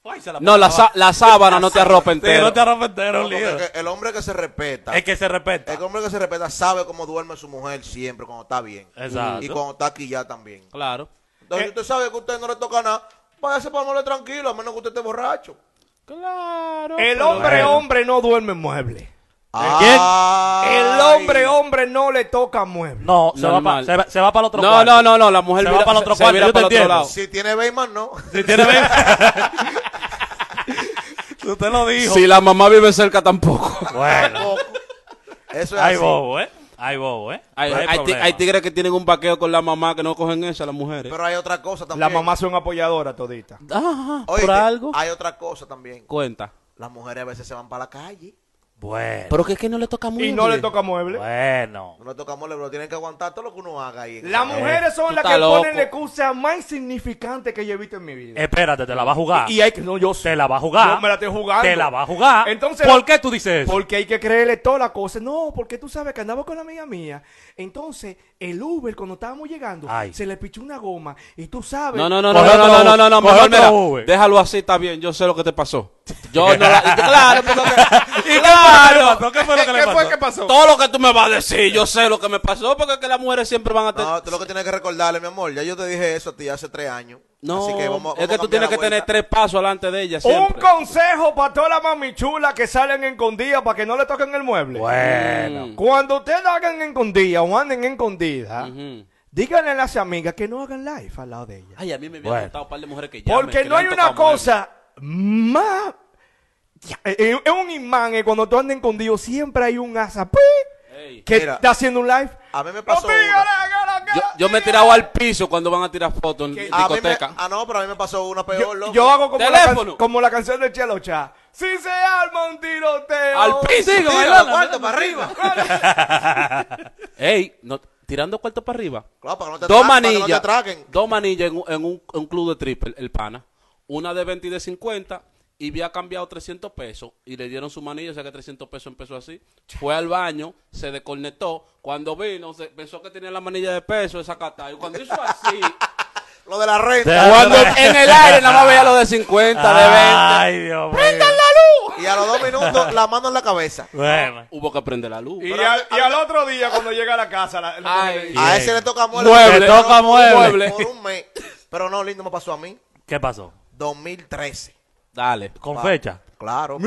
Ay, se la
no, la, sa- la sábana no te
Te
arropa entero.
no te arropa entero,
No,
lío.
porque El hombre que se respeta.
Es que se respeta.
El hombre que se respeta sabe cómo duerme su mujer siempre, cuando está bien.
Exacto. Eh.
Y cuando está aquí ya también.
Claro.
Entonces, usted sabe que usted no le toca nada. Váyase para el mueble tranquilo, a menos que usted esté borracho.
Claro.
El hombre, hombre no duerme en mueble.
¿Eh? quién?
El hombre, hombre no le toca mueble.
No, se va, pa-
Normal.
se, va, se va para el otro
No,
cuarto.
no, no, no, la mujer
Se va para el otro
se
cuarto,
vira
yo te
para el otro
entiendo.
lado.
Si tiene Bayman, no.
Si tiene ve- Usted lo dijo.
Si la mamá vive cerca tampoco.
Bueno,
Eso es
hay
así.
bobo, ¿eh? Hay bobo, ¿eh?
Hay,
No
hay ti-
problema.
hay tigres que tienen un vaqueo con la mamá que no cogen esa, las mujeres.
Pero hay otra cosa
La
también.
mamá son apoyadoras todita.
Ajá, ah.
Oíste,
por algo.
Hay otra cosa también.
Cuenta.
Las mujeres a veces se van para la calle.
Bueno,
Pero que es que no le toca mucho.
Y no le toca mueble.
bueno.
No le tocamos, pero tienen que aguantar todo lo que uno haga ahí.
Las mujeres
tú
son las
estás
que ponen
loco.
la excusa más insignificante que yo he visto en mi vida.
Espérate, te la va a jugar.
Y hay que no yo sé.
Te la va a jugar.
Yo me la estoy jugando.
Te la va a jugar.
Entonces-
¿por qué tú dices eso?
Porque hay que creerle todas las cosas. No, porque tú sabes que andaba con la amiga mía. Entonces, el Uber, cuando estábamos llegando,
Ay.
se le pichó una goma. Y tú sabes.
No, no, no, no,
Coge
no,
otro
no, no, no, no,
Uber,
mejor
coge otro
mira,
Uber.
déjalo así, está bien, yo sé lo que te pasó. Yo no la, claro, porque-
¿Y qué fue
claro,
lo que le pasó? ¿Qué fue lo que le
¿Qué fue
pasó?
que pasó?
todo lo que tú me vas a decir, yo sé lo que me pasó, porque es que las mujeres siempre van a tener,
No, tú lo que tienes que recordarle, mi amor. Ya yo te dije eso a ti hace tres años.
no,
Así que vamos,
es que tú tienes que tener tres pasos adelante de ella
Un
siempre.
consejo para todas las mamichulas que salen escondidas para que no le toquen el mueble.
Bueno.
Cuando ustedes hagan escondida o anden escondida,
Ujú.
díganle a las amigas que no hagan live al lado de ellas.
Ay, a mí me había
Bueno.
contado un par de mujeres que llaman,
Porque
que
no
le
hay
han
una
tocado
cosa más... Ya, eh, eh, Es un imán eh, cuando tú andas escondido siempre hay un asa ¡pi!
mujeres. Ey.
que
Mira,
está haciendo un live.
a mí me pasó
Los tigres, que
Yo,
los
yo me he
tigres.
tirado al piso cuando van a tirar fotos en
A mí me-
discoteca.
ah, no, pero a mí me pasó una peor,
Yo,
loco.
yo hago como la,
Teléfono.
can- como la canción de Chelo Chá. Si se arma un tiroteo.
Al piso,
Tiro
bailando,
para cuarto,
bailando.
para arriba.
Ey, no- tirando cuarto para arriba.
Claro, para que no te
dos
atraquen, para que no te
manillas.
atraquen.
dos manillas en, un- en un, en un club de triple, el pana. Una de 20 y de 50. Y había cambiado 300 pesos. Y le dieron su manilla, o sea que 300 pesos empezó así. Fue al baño, se descornetó. Cuando vino, se pensó que tenía la manilla de peso, esa cata. Y cuando hizo así.
Lo de la renta.
cuando en el aire nada más veía lo de 50, de 20.
Ay, Dios mío.
Y a los dos minutos la mano en la cabeza.
Bueno.
Hubo que prender la luz.
Y, al, y al otro día, cuando llega a la casa, la- la-
Ay.
A ese le toca mueble.
Mueble.
Pero
Le toca
por un-
mueble.
Por un mes. Pero no, lindo, me pasó a mí.
¿Qué pasó?
2013.
Dale.
Ah.
Con fecha.
Claro.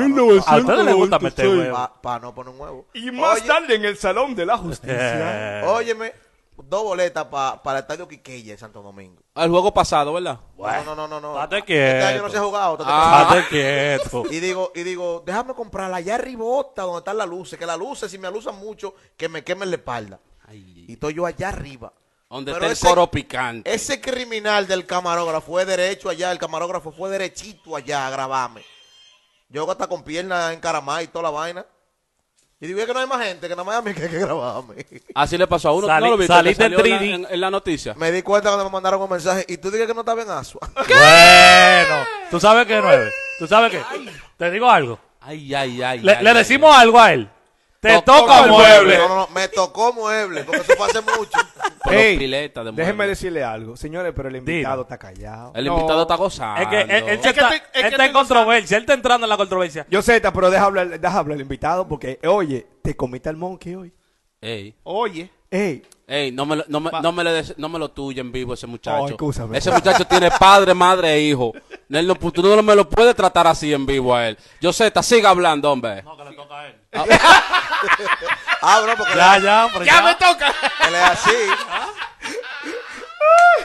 A ustedes les gusta meter huevo.
Para no poner un huevo.
y más
Oye,
tarde en el Salón de la Justicia.
Eh,
Óyeme. dos boletas pa- para el Estadio Quiqueya en Santo Domingo.
Al juego pasado, ¿verdad?
No, no, no, no, no.
Date
Este
quieto.
año no se ha jugado. date
Ah, Estate quieto.
Y digo, y digo, déjame comprarla allá arribota donde están las luces, que las luces, si me alusan mucho, que me quemen la espalda. Y estoy yo allá arriba.
Donde
Pero
está el
ese-
coro picante.
Ese criminal del camarógrafo fue derecho allá, el camarógrafo fue derechito allá a grabarme. Yo hasta con piernas encaramadas y toda la vaina. Y digo, es que no hay más gente, que nada más a mí que hay que grabarme.
Así le pasó a uno. ¿Tú
Salí-
¿No lo viste? Que
saliste
salió en la-
3D.
en, en la noticia.
Me di cuenta cuando me mandaron un mensaje. Y tú dices que no estaba en Asua.
Bueno, tú sabes que nueve. Tú sabes que. Te digo algo.
Ay, ay, ay.
Le,
ay,
le
ay,
decimos algo a él. Te
Toc-
toca
toca el
mueble.
No, no, no, me tocó mueble, porque eso fue hace mucho.
ay. Pero
Ey,
pileta de
Déjenme
mueble.
decirle algo. Señores, pero el invitado está callado.
El
No.
invitado está gozando.
Es que él, él se
Es que
está,
estoy-
él
es que
está en
estoy gozando.
controversia. Él está entrando en la controversia.
Yo sé, ta, pero deja hablar, deja hablar el invitado porque, oye, te comiste al monkey hoy.
Ey,
Oye,
Ey,
ey, no me, lo- no me, no me lo des- no me lo tuya en vivo ese muchacho.
Oh, escúchame.
Ese muchacho tiene padre, madre e hijo. Él no, tú no me lo puedes tratar así en vivo a él. Yo sé, está siga hablando, hombre. Eh,
No, que le toca a él.
Ah, bro, porque
Ya, ya, pero ya.
toca.
él es así.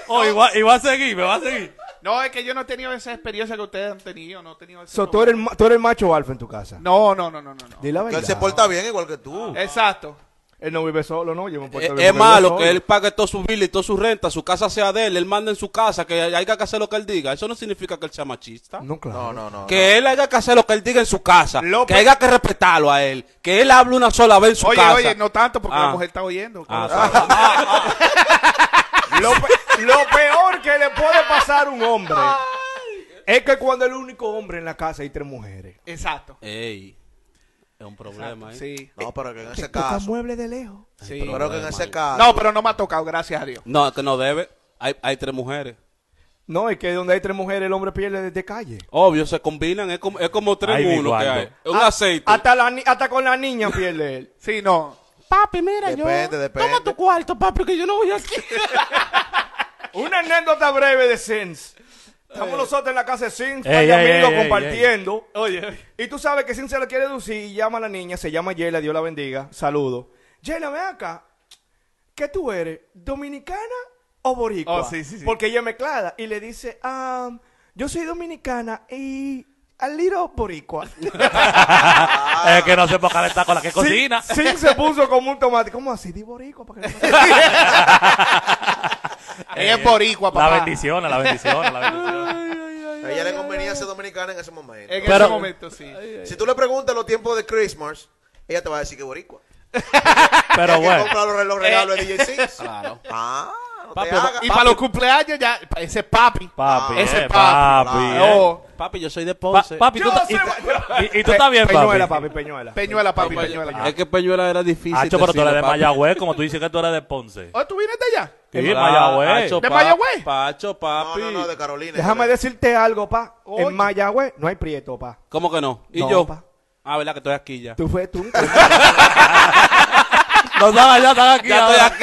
Oh, y, va, y va a seguir, me va a seguir.
No, es que yo no he tenido esa experiencia que ustedes han tenido. No he tenido ese
so, tú,
problema.
eres, el ma- tú eres el macho alfa en tu casa.
No, no, no, no, no. no.
Di la
Que
verdad.
él se porta bien igual que tú.
Exacto.
Él no vive solo, ¿no? Yo me porto
Eh,
bien
Es,
porque vivo
malo
solo.
que él pague todos sus biles y toda su renta, su casa sea de él, él manda en su casa, que haya que hacer lo que él diga. Eso no significa que él sea machista.
No, claro.
No, no, no.
Que él haya que hacer lo que él diga en su casa.
López-
Que haya que respetarlo a él. Que él hable una sola vez en su
Oye,
casa.
oye, no tanto porque
Ah.
la mujer está oyendo.
Ah,
Lo, pe- lo peor que le puede pasar a un hombre es que cuando el único hombre en la casa hay tres mujeres.
Exacto.
Ey, es un problema, ¿eh?
Sí.
No, pero que en ese
Toca
caso.
mueble de lejos.
Sí.
Pero que en ese caso.
No, pero no me ha tocado, gracias a Dios.
No, que no debe. Hay, hay tres mujeres.
No, es que donde hay tres mujeres el hombre pierde de, de calle.
Obvio, se combinan. Es como, es como tres
Ay, mi
uno que
Waldo.
hay. Es un
Ah,
aceite.
Hasta, la ni- hasta con la niña pierde él.
Sí, no.
Papi, mira,
Depende,
yo.
depende.
Toma tu cuarto, papi, que yo no voy aquí.
Una anécdota breve de Sins. Estamos nosotros en la casa de Sins,
Ey,
varios
ey,
amigos
ey, ey,
compartiendo.
Oye, oye.
Y tú sabes que Sin se lo quiere deducir y llama a la niña, se llama Yela, Dios la bendiga, saludo. Yela, ven acá, ¿qué tú eres? ¿Dominicana o boricua?
Oh, sí, sí, sí.
Porque ella es mezclada y le dice, "Um, yo soy dominicana y a little boricua.
Ah.
es que no sé por qué le está con la que cocina.
Sin, Sin se puso como un tomate, ¿cómo así? Di boricua. para que no me-".
es boricua,
La
papá.
bendición, la bendición, la bendición.
A ella le convenía ser dominicana en ese momento.
En
Pero-
ese momento, sí.
Si tú le preguntas los tiempos de Christmas, ella te va a decir que boricua.
Pero
que
bueno.
comprar los, los regalos de DJ Six.
Claro.
Ah, no
Papi,
te hagas.
Y para los cumpleaños, ya, pa- ese es papi.
Papi,
ese
eh,
es papi.
papi, eh.
Oh,
Papi, yo soy de
Pa-
Ponce.
papi, tú,
Yo
ta-
sé,
y,
bueno.
y- y tú estás bien,
Peñuela,
papi.
papi, Peñuela.
Peñuela, papi, Peñuela.
Es que Peñuela era difícil.
Hacho, pero tú
decirlo,
eres de
papi.
Mayagüez, como tú dices que tú eres de Ponce.
Oh, ¿tú viniste allá?
Sí, de
Claro,
Mayagüez.
Hacho,
¿De
pa-
Mayagüez?
Pacho,
No,
papi.
no, no, de Carolina.
Déjame decirte algo, pa.
Oye.
En Mayagüez no hay prieto, pa.
¿Cómo que no? ¿Y
No,
yo?
pa.
Ah, ¿verdad? Que estoy aquí ya.
Tú fue tú.
No, están allá, están aquí.
Ya estoy
ahora.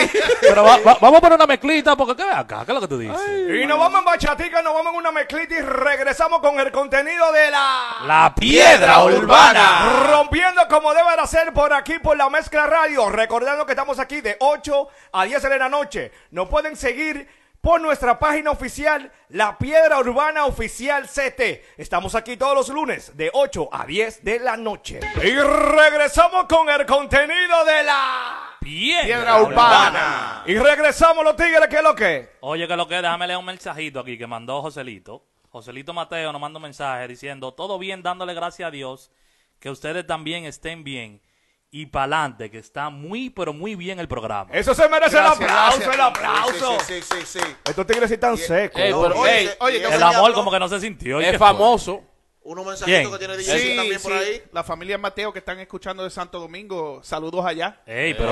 Pero va- va- vamos a poner una mezclita, porque ¿qué ves acá? ¿Qué es lo que tú dices?
Y nos vamos en bachatica, nos vamos en una mezclita y regresamos con el contenido de la...
La piedra urbana.
Rompiendo como debe de hacer por aquí, por la mezcla radio. Recordando que estamos aquí de 8 a 10 de la noche. Nos pueden seguir por nuestra página oficial, La Piedra Urbana Oficial CT. Estamos aquí todos los lunes de 8 a 10 de la noche. Y regresamos con el contenido de la...
Piedra
Piedra urbana.
Y regresamos los tigres, que es lo que?
Oye, que lo que, déjame leer un mensajito aquí que mandó Joselito. Joselito Mateo nos manda un mensaje diciendo, todo bien, dándole gracias a Dios, que ustedes también estén bien. Y pa'lante, que está muy, pero muy bien el programa.
Eso se merece el
Gracias,
aplauso,
gracias.
el aplauso.
Sí, sí, sí, sí.
Estos tigres sí están secos.
Ey,
No,
pero- ey,
oye, oye,
el amor como que no se sintió. pues. ¿y qué
es
fue?
famoso.
Unos mensajitos
¿Quién?
que tiene DJ
Sí,
Six también por
sí.
ahí.
La familia Mateo que están escuchando de Santo Domingo, saludos allá.
Ey, pero...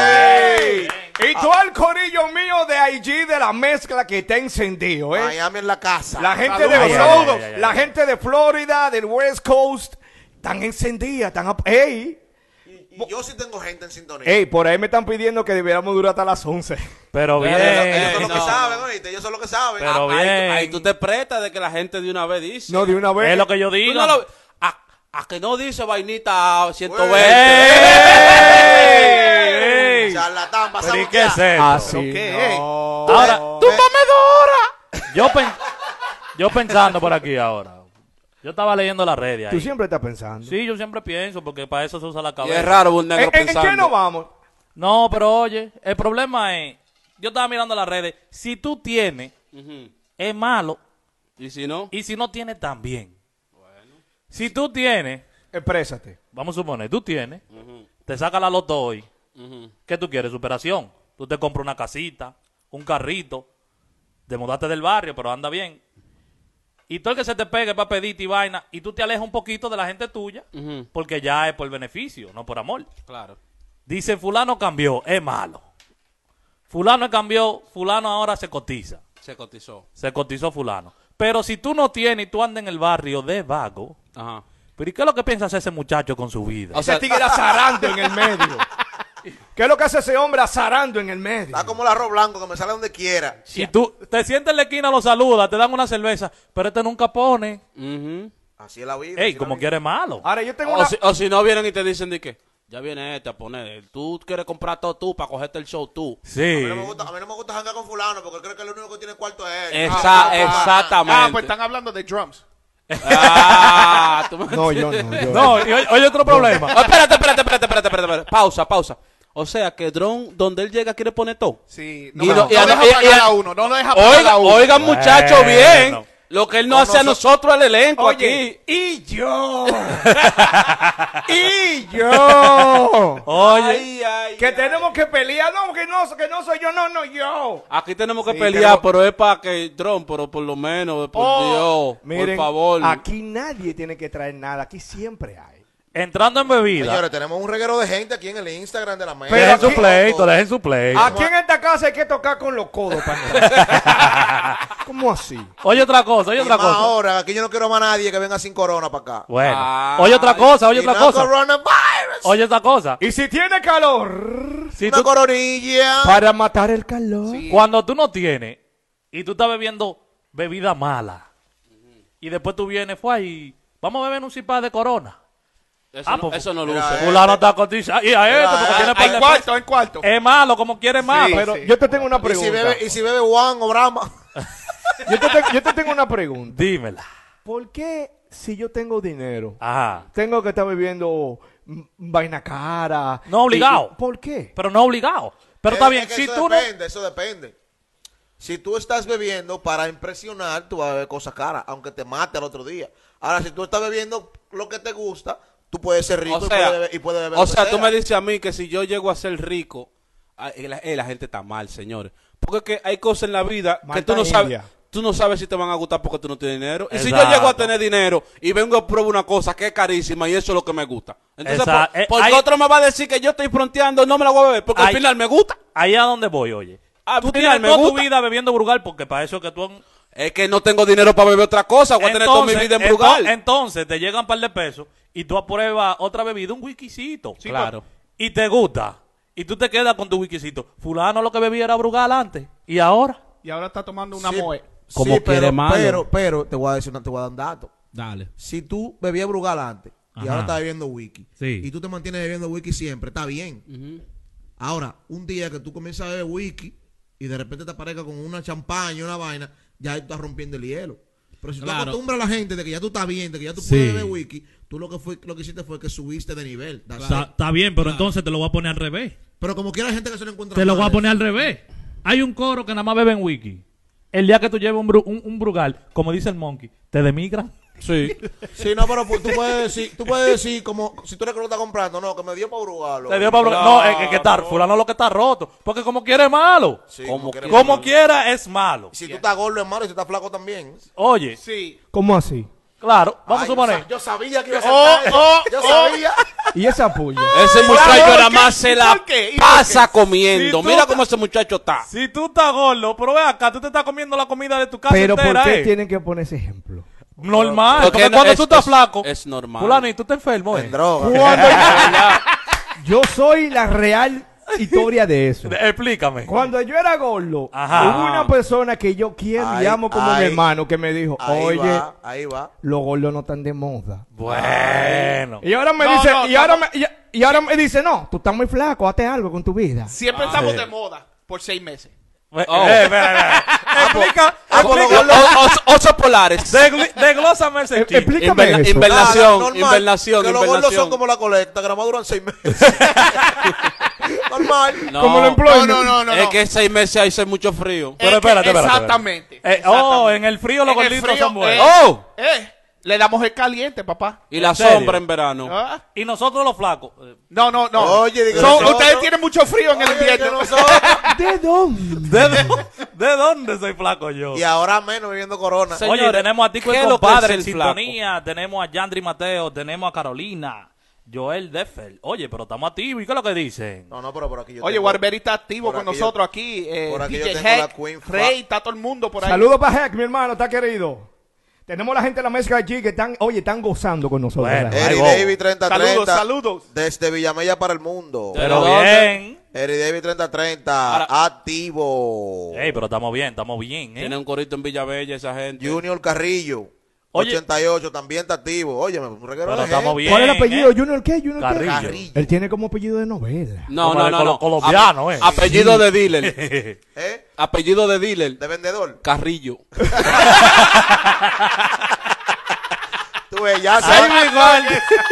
¡Ey! Y todo el corillo mío de IG de la mezcla que está encendido,
Pues,
¿eh?
Miami en la casa.
La gente de
Saludos.
Saludos.
Ay, ay, ay,
la
ay.
gente de Florida, del West Coast, están encendidas, están... ap- ¡Ey!
Y yo sí tengo gente en sintonía.
¡Ey! Por ahí me están pidiendo que debiéramos durar hasta las 11.
Pero bien.
Ellos son los que
no.
saben, oíste. Ellos son los que saben.
Pero
Ah, ahí-
bien.
Ahí, tú te prestas de que la gente de una vez dice.
No, de una vez.
Es lo que yo
Tú
digo.
no lo- a,
Eh.
¿eh? a que no dice vainita a 120.
¡Ey!
Se Ah, Charlatán, vas a
¿Y qué es
boquear.
Ah,
esto?
¿Pero qué?
Ahora,
¡Túmbame dos
yo, pen- yo pensando por aquí ahora. Yo estaba leyendo las redes
Tú
ahí.
siempre estás pensando.
Sí, yo siempre pienso, porque para eso se usa la
Y
cabeza.
es raro, un
¿En,
negro
en- en
pensando.
qué nos vamos?
No, pero oye, el problema es, yo estaba mirando las redes, si tú tienes, es malo,
Y si no,
y si no tienes, también. Si tú tienes,
Exprésate.
vamos a suponer, tú tienes, te saca la loto hoy, ¿qué tú quieres? Superación. Tú te compras una casita, un carrito, te mudaste del barrio, pero anda bien. Y todo el que se te pegue para pedirte y vaina, y tú te alejas un poquito de la gente tuya, porque ya es por beneficio, no por amor.
claro.
Dice, fulano cambió, es malo. Fulano cambió, fulano ahora se cotiza.
Se cotizó.
Se cotizó fulano. Pero si tú no tienes y tú andas en el barrio de vago,
Ajá.
¿pero y qué es lo que piensa hacer ese muchacho con su vida?
O sea,
Ese tigre azarando en el medio. ¿Qué es lo que hace ese hombre azarando en el medio?
Está como el arroz blanco que me sale donde quiera.
si tú te sientas en la esquina, lo saludas, te dan una cerveza, pero este nunca pone.
ujú.
Así es la vida. así
Ey,
es
como
la
que
vida.
eres malo.
Ahora, yo tengo
o,
una...
si, o si no vienen y te dicen de que ya viene este a poner, tú quieres comprar todo tú para cogerte el show tú.
A
Sí.
mí no me gusta, a mí no me gusta jangar con fulano porque creo que el único que tiene cuarto es él.
Esa-
Ah, ah,
exactamente.
Ah, pues están hablando de drums.
Ah, tú me-
No, yo no. Yo
No, y oye, oye otro problema.
Oh, espérate, espérate, espérate, espérate, espérate, espérate. Pausa, pausa. O sea, que Dron, donde él llega, quiere poner todo.
Sí.
Y
No,
no-
no,
y
no
a-
deja
y- y-
pagar a uno. No deja pagar a
Oiga,
uno.
oigan, muchachos, bien.
Bueno.
Lo que él no hace a nosotros al elenco
Oye,
aquí.
y yo. y yo.
Oye,
Ay, ay,
Que
ay.
tenemos que pelear. No, que no, que no soy yo, no, no, yo.
Aquí tenemos que
Sí,
pelear,
tenemos-
pero es para que Dron, pero por lo menos, por Dios,
Oh, Miren, ah,
por favor.
aquí nadie tiene que traer nada. Aquí siempre hay.
entrando en bebida.
ah. Señores, tenemos un reguero de gente aquí en el Instagram de la mesa.
Pero
Dejen su
aquí-
pleito, dejen su pleito.
Aquí en esta casa hay que tocar con los codos para entrar. ¿Cómo así?
Oye otra cosa, oye
Y
otra
más
cosa.
ahora, aquí yo no quiero más a nadie que venga sin corona para acá.
Bueno,
Ay.
oye otra cosa, oye
Y
otra
no
cosa.
coronavirus.
Oye otra cosa.
Y si tiene calor,
Si
una
tú
coronilla.
para matar el calor.
Cuando tú no tienes y tú estás bebiendo bebida mala y después tú vienes, fue y vamos a beber un cipá de corona.
Eso,
Ah,
no,
pues-
eso no
Mira,
luce.
eh.
Fulano está cotizado. Y a esto, porque tiene
Mira,
par
Ah, En
de
cuarto, en cuarto.
pesos. Es malo, como quiere más.
Sí,
pero
sí.
Yo te tengo una
Y si
pregunta.
bebe, y si bebe Juan o Brahma.
Yo, te tengo, yo te tengo una pregunta.
dímela.
¿Por qué si yo tengo dinero,
Ajá.
tengo que estar bebiendo mm, vaina cara?
No, obligado.
Y- y- ¿Por qué?
Pero no obligado. Pero está
Eh, Es
bien,
que
si
eso
tú no.
depende, eso depende. Si tú estás bebiendo para impresionar, tú vas a beber cosas caras, aunque te mate al otro día. Ahora, si tú estás bebiendo lo que te gusta, tú puedes ser rico
O sea,
y puedes beber- y puedes beber
o
lo que
sea, tú
sea.
me dices a mí que si yo llego a ser rico, ay, eh, la, eh, la gente está mal, señores. Porque es que hay cosas en la vida que
Malta
tú no sabes.
India.
Tú no sabes si te van a gustar porque tú no tienes dinero. Y si yo
Exacto.
llego a tener dinero y vengo a probar una cosa que es carísima y eso es lo que me gusta. Entonces,
Exacto.
por-
Eh,
porque
hay-
otro me va a decir que yo estoy fronteando, no me la voy a beber porque
Hay-
al final me gusta.
Ahí es a donde voy, oye.
Ah,
tú
mira,
tienes
me
toda tu
gusta.
vida bebiendo Brugal porque para eso que tú.
Es que no tengo dinero para beber otra cosa. Voy a tener toda mi vida en
ento-
Brugal.
entonces te llegan un par de pesos y tú apruebas otra bebida, un whiskycito.
Claro.
Y te gusta. Y tú te quedas con tu whiskycito. Fulano lo que bebía era Brugal antes. ¿Y ahora?
Y ahora está tomando una
Sí,
moe.
Como
sí,
quiere
pero,
malo.
Pero, pero, te voy a decir, una- te voy a dar un dato.
Dale.
Si tú bebías Brugal antes y
Ajá.
ahora estás bebiendo whisky
Sí.
y tú te mantienes bebiendo whisky siempre, está bien. Ahora, un día que tú comienzas a beber whisky y de repente te aparezca con una champaña, una vaina, ya ahí tú estás rompiendo el hielo. Pero si tú acostumbras a la gente de que ya tú estás bien, de que ya tú puedes beber whisky, tú lo que fue, lo que hiciste fue que subiste de nivel. that's it.
bien, pero entonces te lo voy a poner al revés.
Pero como quiera hay gente que se lo encuentra.
Te lo voy a
mal.
poner al revés. Hay un coro que nada más bebe en wiki. El día que tú lleves un, bru- un, un brugal, como dice el monkey, te demigran.
Sí.
Sí, no, pero pues, tú puedes decir, tú puedes decir como si tú eres que lo estás comprando, no, que me dio para Brugal.
Te dio pa' Brugal. No, es, es que está, fulano lo que está roto. Porque como quiera es malo.
Sí,
Como
como
que-
quiera.
Como quiera es malo.
Si tú estás gordo es malo y si estás flaco también.
Oye,
Sí.
¿Cómo así?
claro, vamos
Ay,
a
yo
suponer.
sa- Yo sabía que iba a saltar eso. Yo sabía.
¿Y esa puya?
Ese muchacho
¿por
nada
qué?
más se
¿Y
la
por qué? ¿Y por
pasa comiendo.
Si tú
Mira
ta-
cómo ese muchacho está.
Si tú estás gordo, pero ve acá, tú te estás comiendo la comida de tu casa
Pero ¿por
entera,
qué
eh.
tienen que poner ese ejemplo?
Normal.
Porque
Ah, Porque
no-
cuando
es-
tú estás
es-
flaco,
es normal.
Fulano, y tú te enfermo, eh.
En
Cuando
droga.
yo, yo soy la real historia de eso.
Explícame.
Cuando yo era gordo,
Ajá.
hubo una persona que yo quiero y
Ahí,
amo como mi
ahí.
hermano que me dijo,
Ahí
oye,
va, ahí va.
los gordos no están de moda.
Bueno.
Y ahora me
No,
dice,
no,
y ahora me...
estamos-
y- y ahora me dice, no, tú estás muy flaco, hazte algo con tu vida.
Siempre estamos de moda por seis meses.
Oh. ah,
Eh, espera, espera.
Explica,
pues, O- o- os- Osos polares.
Degl- Desglósame el sentido.
E, explícame
Inverna-
eso.
invernación,
normal,
invernación,
Que los gordos son
invernación.
como la colecta, que nada más duran seis meses. normal.
No,
Como lo employ.
No, no, no, no.
Es
no.
que seis meses ahí hace mucho frío.
Es
Pero espérate, espérate,
que-
espérate.
Exactamente.
Eh, oh,
exactamente.
en el frío los
En el
gorditos
frío,
son buenos.
eh,
¡Oh!
eh, le damos el caliente, papá.
Y la
¿En serio?
sombra en verano.
Ah,
Y nosotros los flacos. eh,
No, no, no.
Oye, digo,
Son-
nosotros-
ustedes tienen mucho frío en el
Oye, que
invierno.
nosotros-
¿De dónde?
¿De, dó- de dónde soy flaco yo?
y ahora menos viviendo corona.
Se-
Oye,
Señores,
tenemos a Tico
¿qué
el
es lo que
compadre en
es el flaco?
sintonía, tenemos a Yandri Mateo, tenemos a Carolina, Joel Deffel. Oye, pero estamos activos, ¿y qué es lo que dicen?
No, no, pero por aquí yo
Oye,
tengo-
Warberry está activo
por
con
aquí yo-
nosotros aquí. Eh,
por aquí yo
DJ
tengo la
Heck,
Queen Fa-
Rey, está todo el mundo por ahí.
Saludos para Heck, mi hermano, está querido. Tenemos la gente de la mezcla allí que están, oye, están gozando con nosotros.
Bueno.
¿verdad?
Eri
Ay, bobo.
David 3030.
Saludos, saludos.
Desde Villamella para el mundo.
Pero
Pero
¿dónde?
bien.
Eri David 3030. Activo.
Ey, pero estamos bien, estamos bien, ¿eh?
Tiene un corito en Villabella esa gente.
Junior Carrillo.
Oye.
88. También está activo. Oye, un reguero
Pero
de
estamos
gente.
bien.
¿Cuál es el apellido?
¿eh?
¿Junior qué? ¿Junior qué?
Carrillo.
Carrillo.
Él tiene como apellido de novela.
No,
Como
no,
de
no,
colo-
no.
colombiano, eh.
Apellido de dealer.
¿Eh?
Apellido de dealer.
De vendedor.
Carrillo.
Tú ves, ya
Ahí
sabes.
me igual.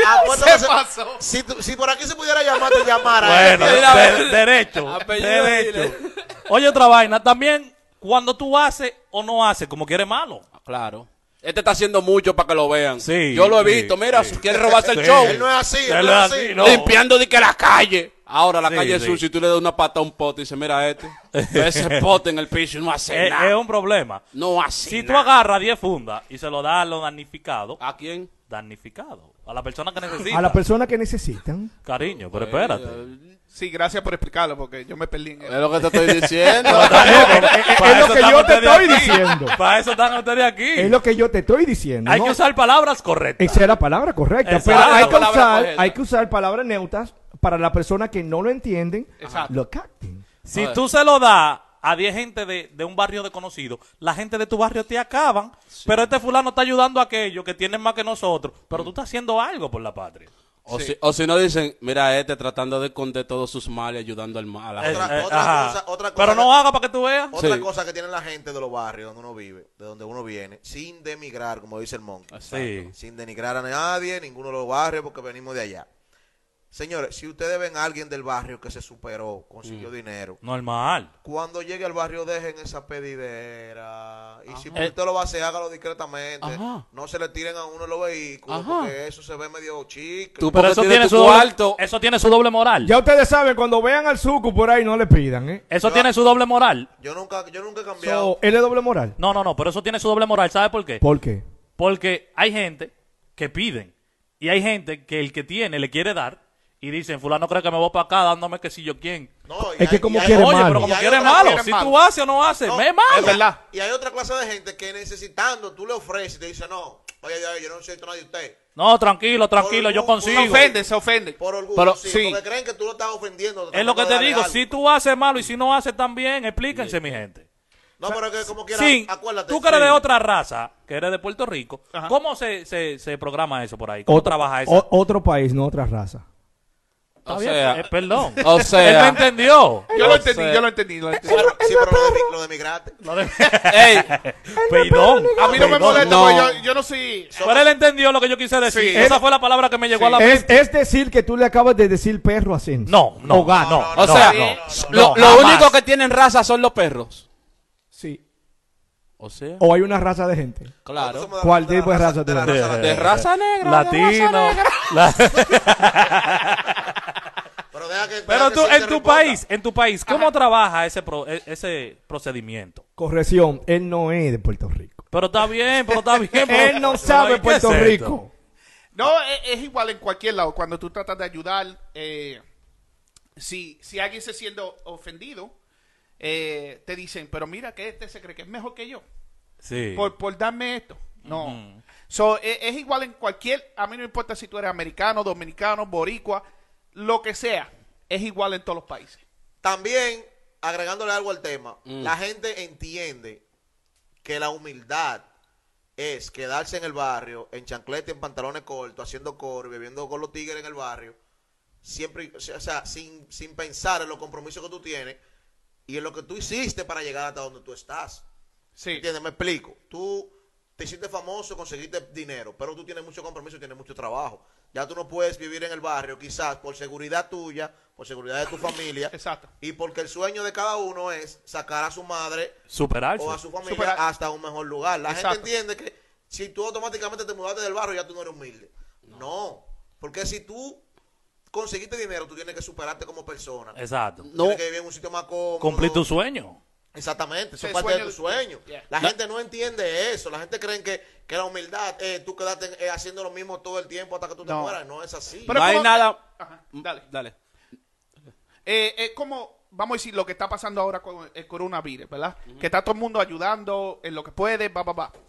ah, Apuesto
¿Qué
que se-
pasó?
Si, tú- si por aquí se pudiera llamar, te llamara.
Bueno,
¿eh?
Mira,
de-
mira.
derecho.
Apellido
derecho.
dile.
Oye, otra vaina, también cuando tú haces o no haces, como quieres malo.
Claro. Este está haciendo mucho para que lo vean.
Sí,
Yo lo he
sí,
visto. Mira,
sí.
quiere robarse el
Sí.
show.
Él no es así.
Él
Él no es así.
no.
Limpiando de que la calle. Ahora la
Sí,
calle es
sí.
sucia y tú le das una pata a un pote y dices, mira este. Ese pote en el piso y no hace
Es,
nada.
es un problema.
No hace
Si tú
nada. Ah.
agarras 10 fundas y se lo das a los damnificados,
¿A quién?
damnificado, a la persona que necesita.
A las personas que necesitan.
Cariño, pero espérate.
eh,
Sí, gracias por explicarlo porque yo me perdí en
Es
eso.
lo que te estoy diciendo.
es lo
Para eso
que
están
yo te
ustedes
estoy
aquí.
diciendo.
Para eso están ustedes aquí.
Es lo que yo te estoy diciendo.
Hay
¿no?
que usar palabras correctas.
Esa es la palabra correcta.
Exacto.
Pero hay
La
que,
palabra
usar,
correcta.
hay que usar palabras neutras para las personas que no lo entienden,
Exacto.
lo capten.
Si
Joder.
tú se lo das a 10 gente de, de un barrio desconocido, la gente de tu barrio te acaban, pero este fulano está ayudando a aquellos que tienen más que nosotros, pero tú estás haciendo algo por la patria.
O, si, o si no dicen, mira este tratando de esconder todos sus males, ayudando al ma- a la gente.
Otra-
Eh, eh,
otra
ajá.
cosa- otra cosa
pero no
que-
haga para que tú veas.
Otra
Sí.
cosa que tiene la gente de los barrios donde uno vive, de donde uno viene, sin demigrar, como dice el monkey.
Sí.
sin denigrar a nadie, ninguno de los barrios, porque venimos de allá. Señores, si ustedes ven a alguien del barrio que se superó, consiguió dinero,
Normal.
cuando llegue al barrio dejen esa pedidera. Y si usted lo va a hacer, hágalo discretamente.
Ajá.
No se le tiren a uno los vehículos, porque eso se ve medio chico.
Tú-
Pero
Porque
eso
tiene
tiene,
tu
su doble,
cuarto.
eso tiene su doble moral.
Ya ustedes saben, cuando vean al Zuku por ahí, no le pidan, ¿eh?
Eso
Yo-
tiene su doble moral.
Yo nunca, yo nunca he cambiado.
So, él es doble moral.
No, no, no, pero eso tiene su doble moral. ¿Sabes por qué?
¿Por qué?
Porque hay gente que piden y hay gente que el que tiene le quiere dar y dicen, fulano cree que me voy para acá dándome que si yo quién.
No, y
Es que como
y
quiere
Oye,
malo.
pero como
Y hay
quieres
otra
malo,
quiere
si
malo.
tú haces o no haces,
No,
me es malo.
es verdad.
Y hay otra clase de gente que necesitando, tú le ofreces y te dice, no, oye, oye, yo no necesito a nadie de usted.
No, tranquilo, tranquilo, yo
Por- por-
Se
consigo.
ofende, se ofende.
Por orgullo,
Pero,
sí,
sí.
porque creen que tú lo estás ofendiendo.
Es lo que te
tratando de darle
digo,
algo.
si tú haces malo y si no haces también, explíquense, mi gente.
No, pero que como quiera,
Sí,
acuérdate.
tú que eres
sí.
de otra raza, que eres de Puerto Rico,
Ajá.
¿cómo se, se, se programa eso por ahí? ¿Cómo trabaja eso?
o- otro país, no otra raza.
Está
O
bien,
sea-
eh, perdón.
o
Él me
sea-
entendió.
Yo lo entendí, yo lo entendí. lo entendí.
Pero- sí, pero lo de, mi- lo de migrante.
Ey,
Perdón.
A mí no me
Perdón.
molesta,
No.
porque yo, yo no soy...
Pero él entendió lo que yo quise decir.
Sí.
Esa fue la palabra que me llegó a la
Es, es decir, que tú le acabas de decir perro a Sensi.
No, no,
O gato.
no,
o
no,
sea,
no,
lo,
no,
lo
jamás.
único que tienen raza son los perros.
Sí.
O sea,
O hay una raza de gente.
Nosotros
claro.
somos de la-
¿Cuál
de la
tipo de raza
de
tú
la
eres?
raza
De
latina.
raza negra. de raza
latino.
negra.
la-
Pero, deja que- deja
Pero
que
tú,
sí
en
te
tu
responda.
país, en tu país, ¿cómo trabaja ese, pro- e- ese procedimiento?
Corrección, él no es de Puerto Rico.
Pero está bien, pero está bien. pero-
Él no
pero ¿y
sabe
qué
Puerto
es esto?
Rico.
No, es, es igual en cualquier lado. Cuando tú tratas de ayudar, eh, si, si alguien se siente ofendido, eh, te dicen, pero mira que este se cree que es mejor que yo
Sí.
por, por darme esto. No.
Ujú.
So, e- es, igual en cualquier, a mí no me importa si tú eres americano, dominicano, boricua, lo que sea, es igual en todos los países.
También, agregándole algo al tema, la gente entiende que la humildad es quedarse en el barrio, en chanclete, en pantalones cortos, haciendo coro, bebiendo con los tigres en el barrio. siempre, o sea, sin, sin pensar en los compromisos que tú tienes y en lo que tú hiciste para llegar hasta donde tú estás.
Sí.
¿Entiendes? Me explico. Tú te hiciste famoso, conseguiste dinero, pero tú tienes mucho compromiso y tienes mucho trabajo. Ya tú no puedes vivir en el barrio, quizás por seguridad tuya, por seguridad de tu familia.
Exacto.
Y porque el sueño de cada uno es sacar a su madre
Superarse.
o a su familia
Superar-
hasta un mejor lugar. La
Exacto.
gente entiende que si tú automáticamente te mudaste del barrio, ya tú no eres humilde. No. Porque si tú conseguiste dinero, tú tienes que superarte como persona.
Exacto.
No.
Tienes que vivir en un sitio más cómodo.
Cumplir tu sueño.
Exactamente, eso
Sí,
es parte de tu
sueño de-
sueño.
Yeah.
La gente no entiende eso. La gente cree que, que la humildad eh, tú quedaste eh, haciendo lo mismo todo el tiempo hasta que tú te
No.
mueras. No es así.
Pero
no hay
como-
nada.
Ajá, dale.
Dale.
Eh, es como, vamos a decir, lo que está pasando ahora con el coronavirus, ¿verdad? Que está todo el mundo ayudando en lo que puede, va, va, va.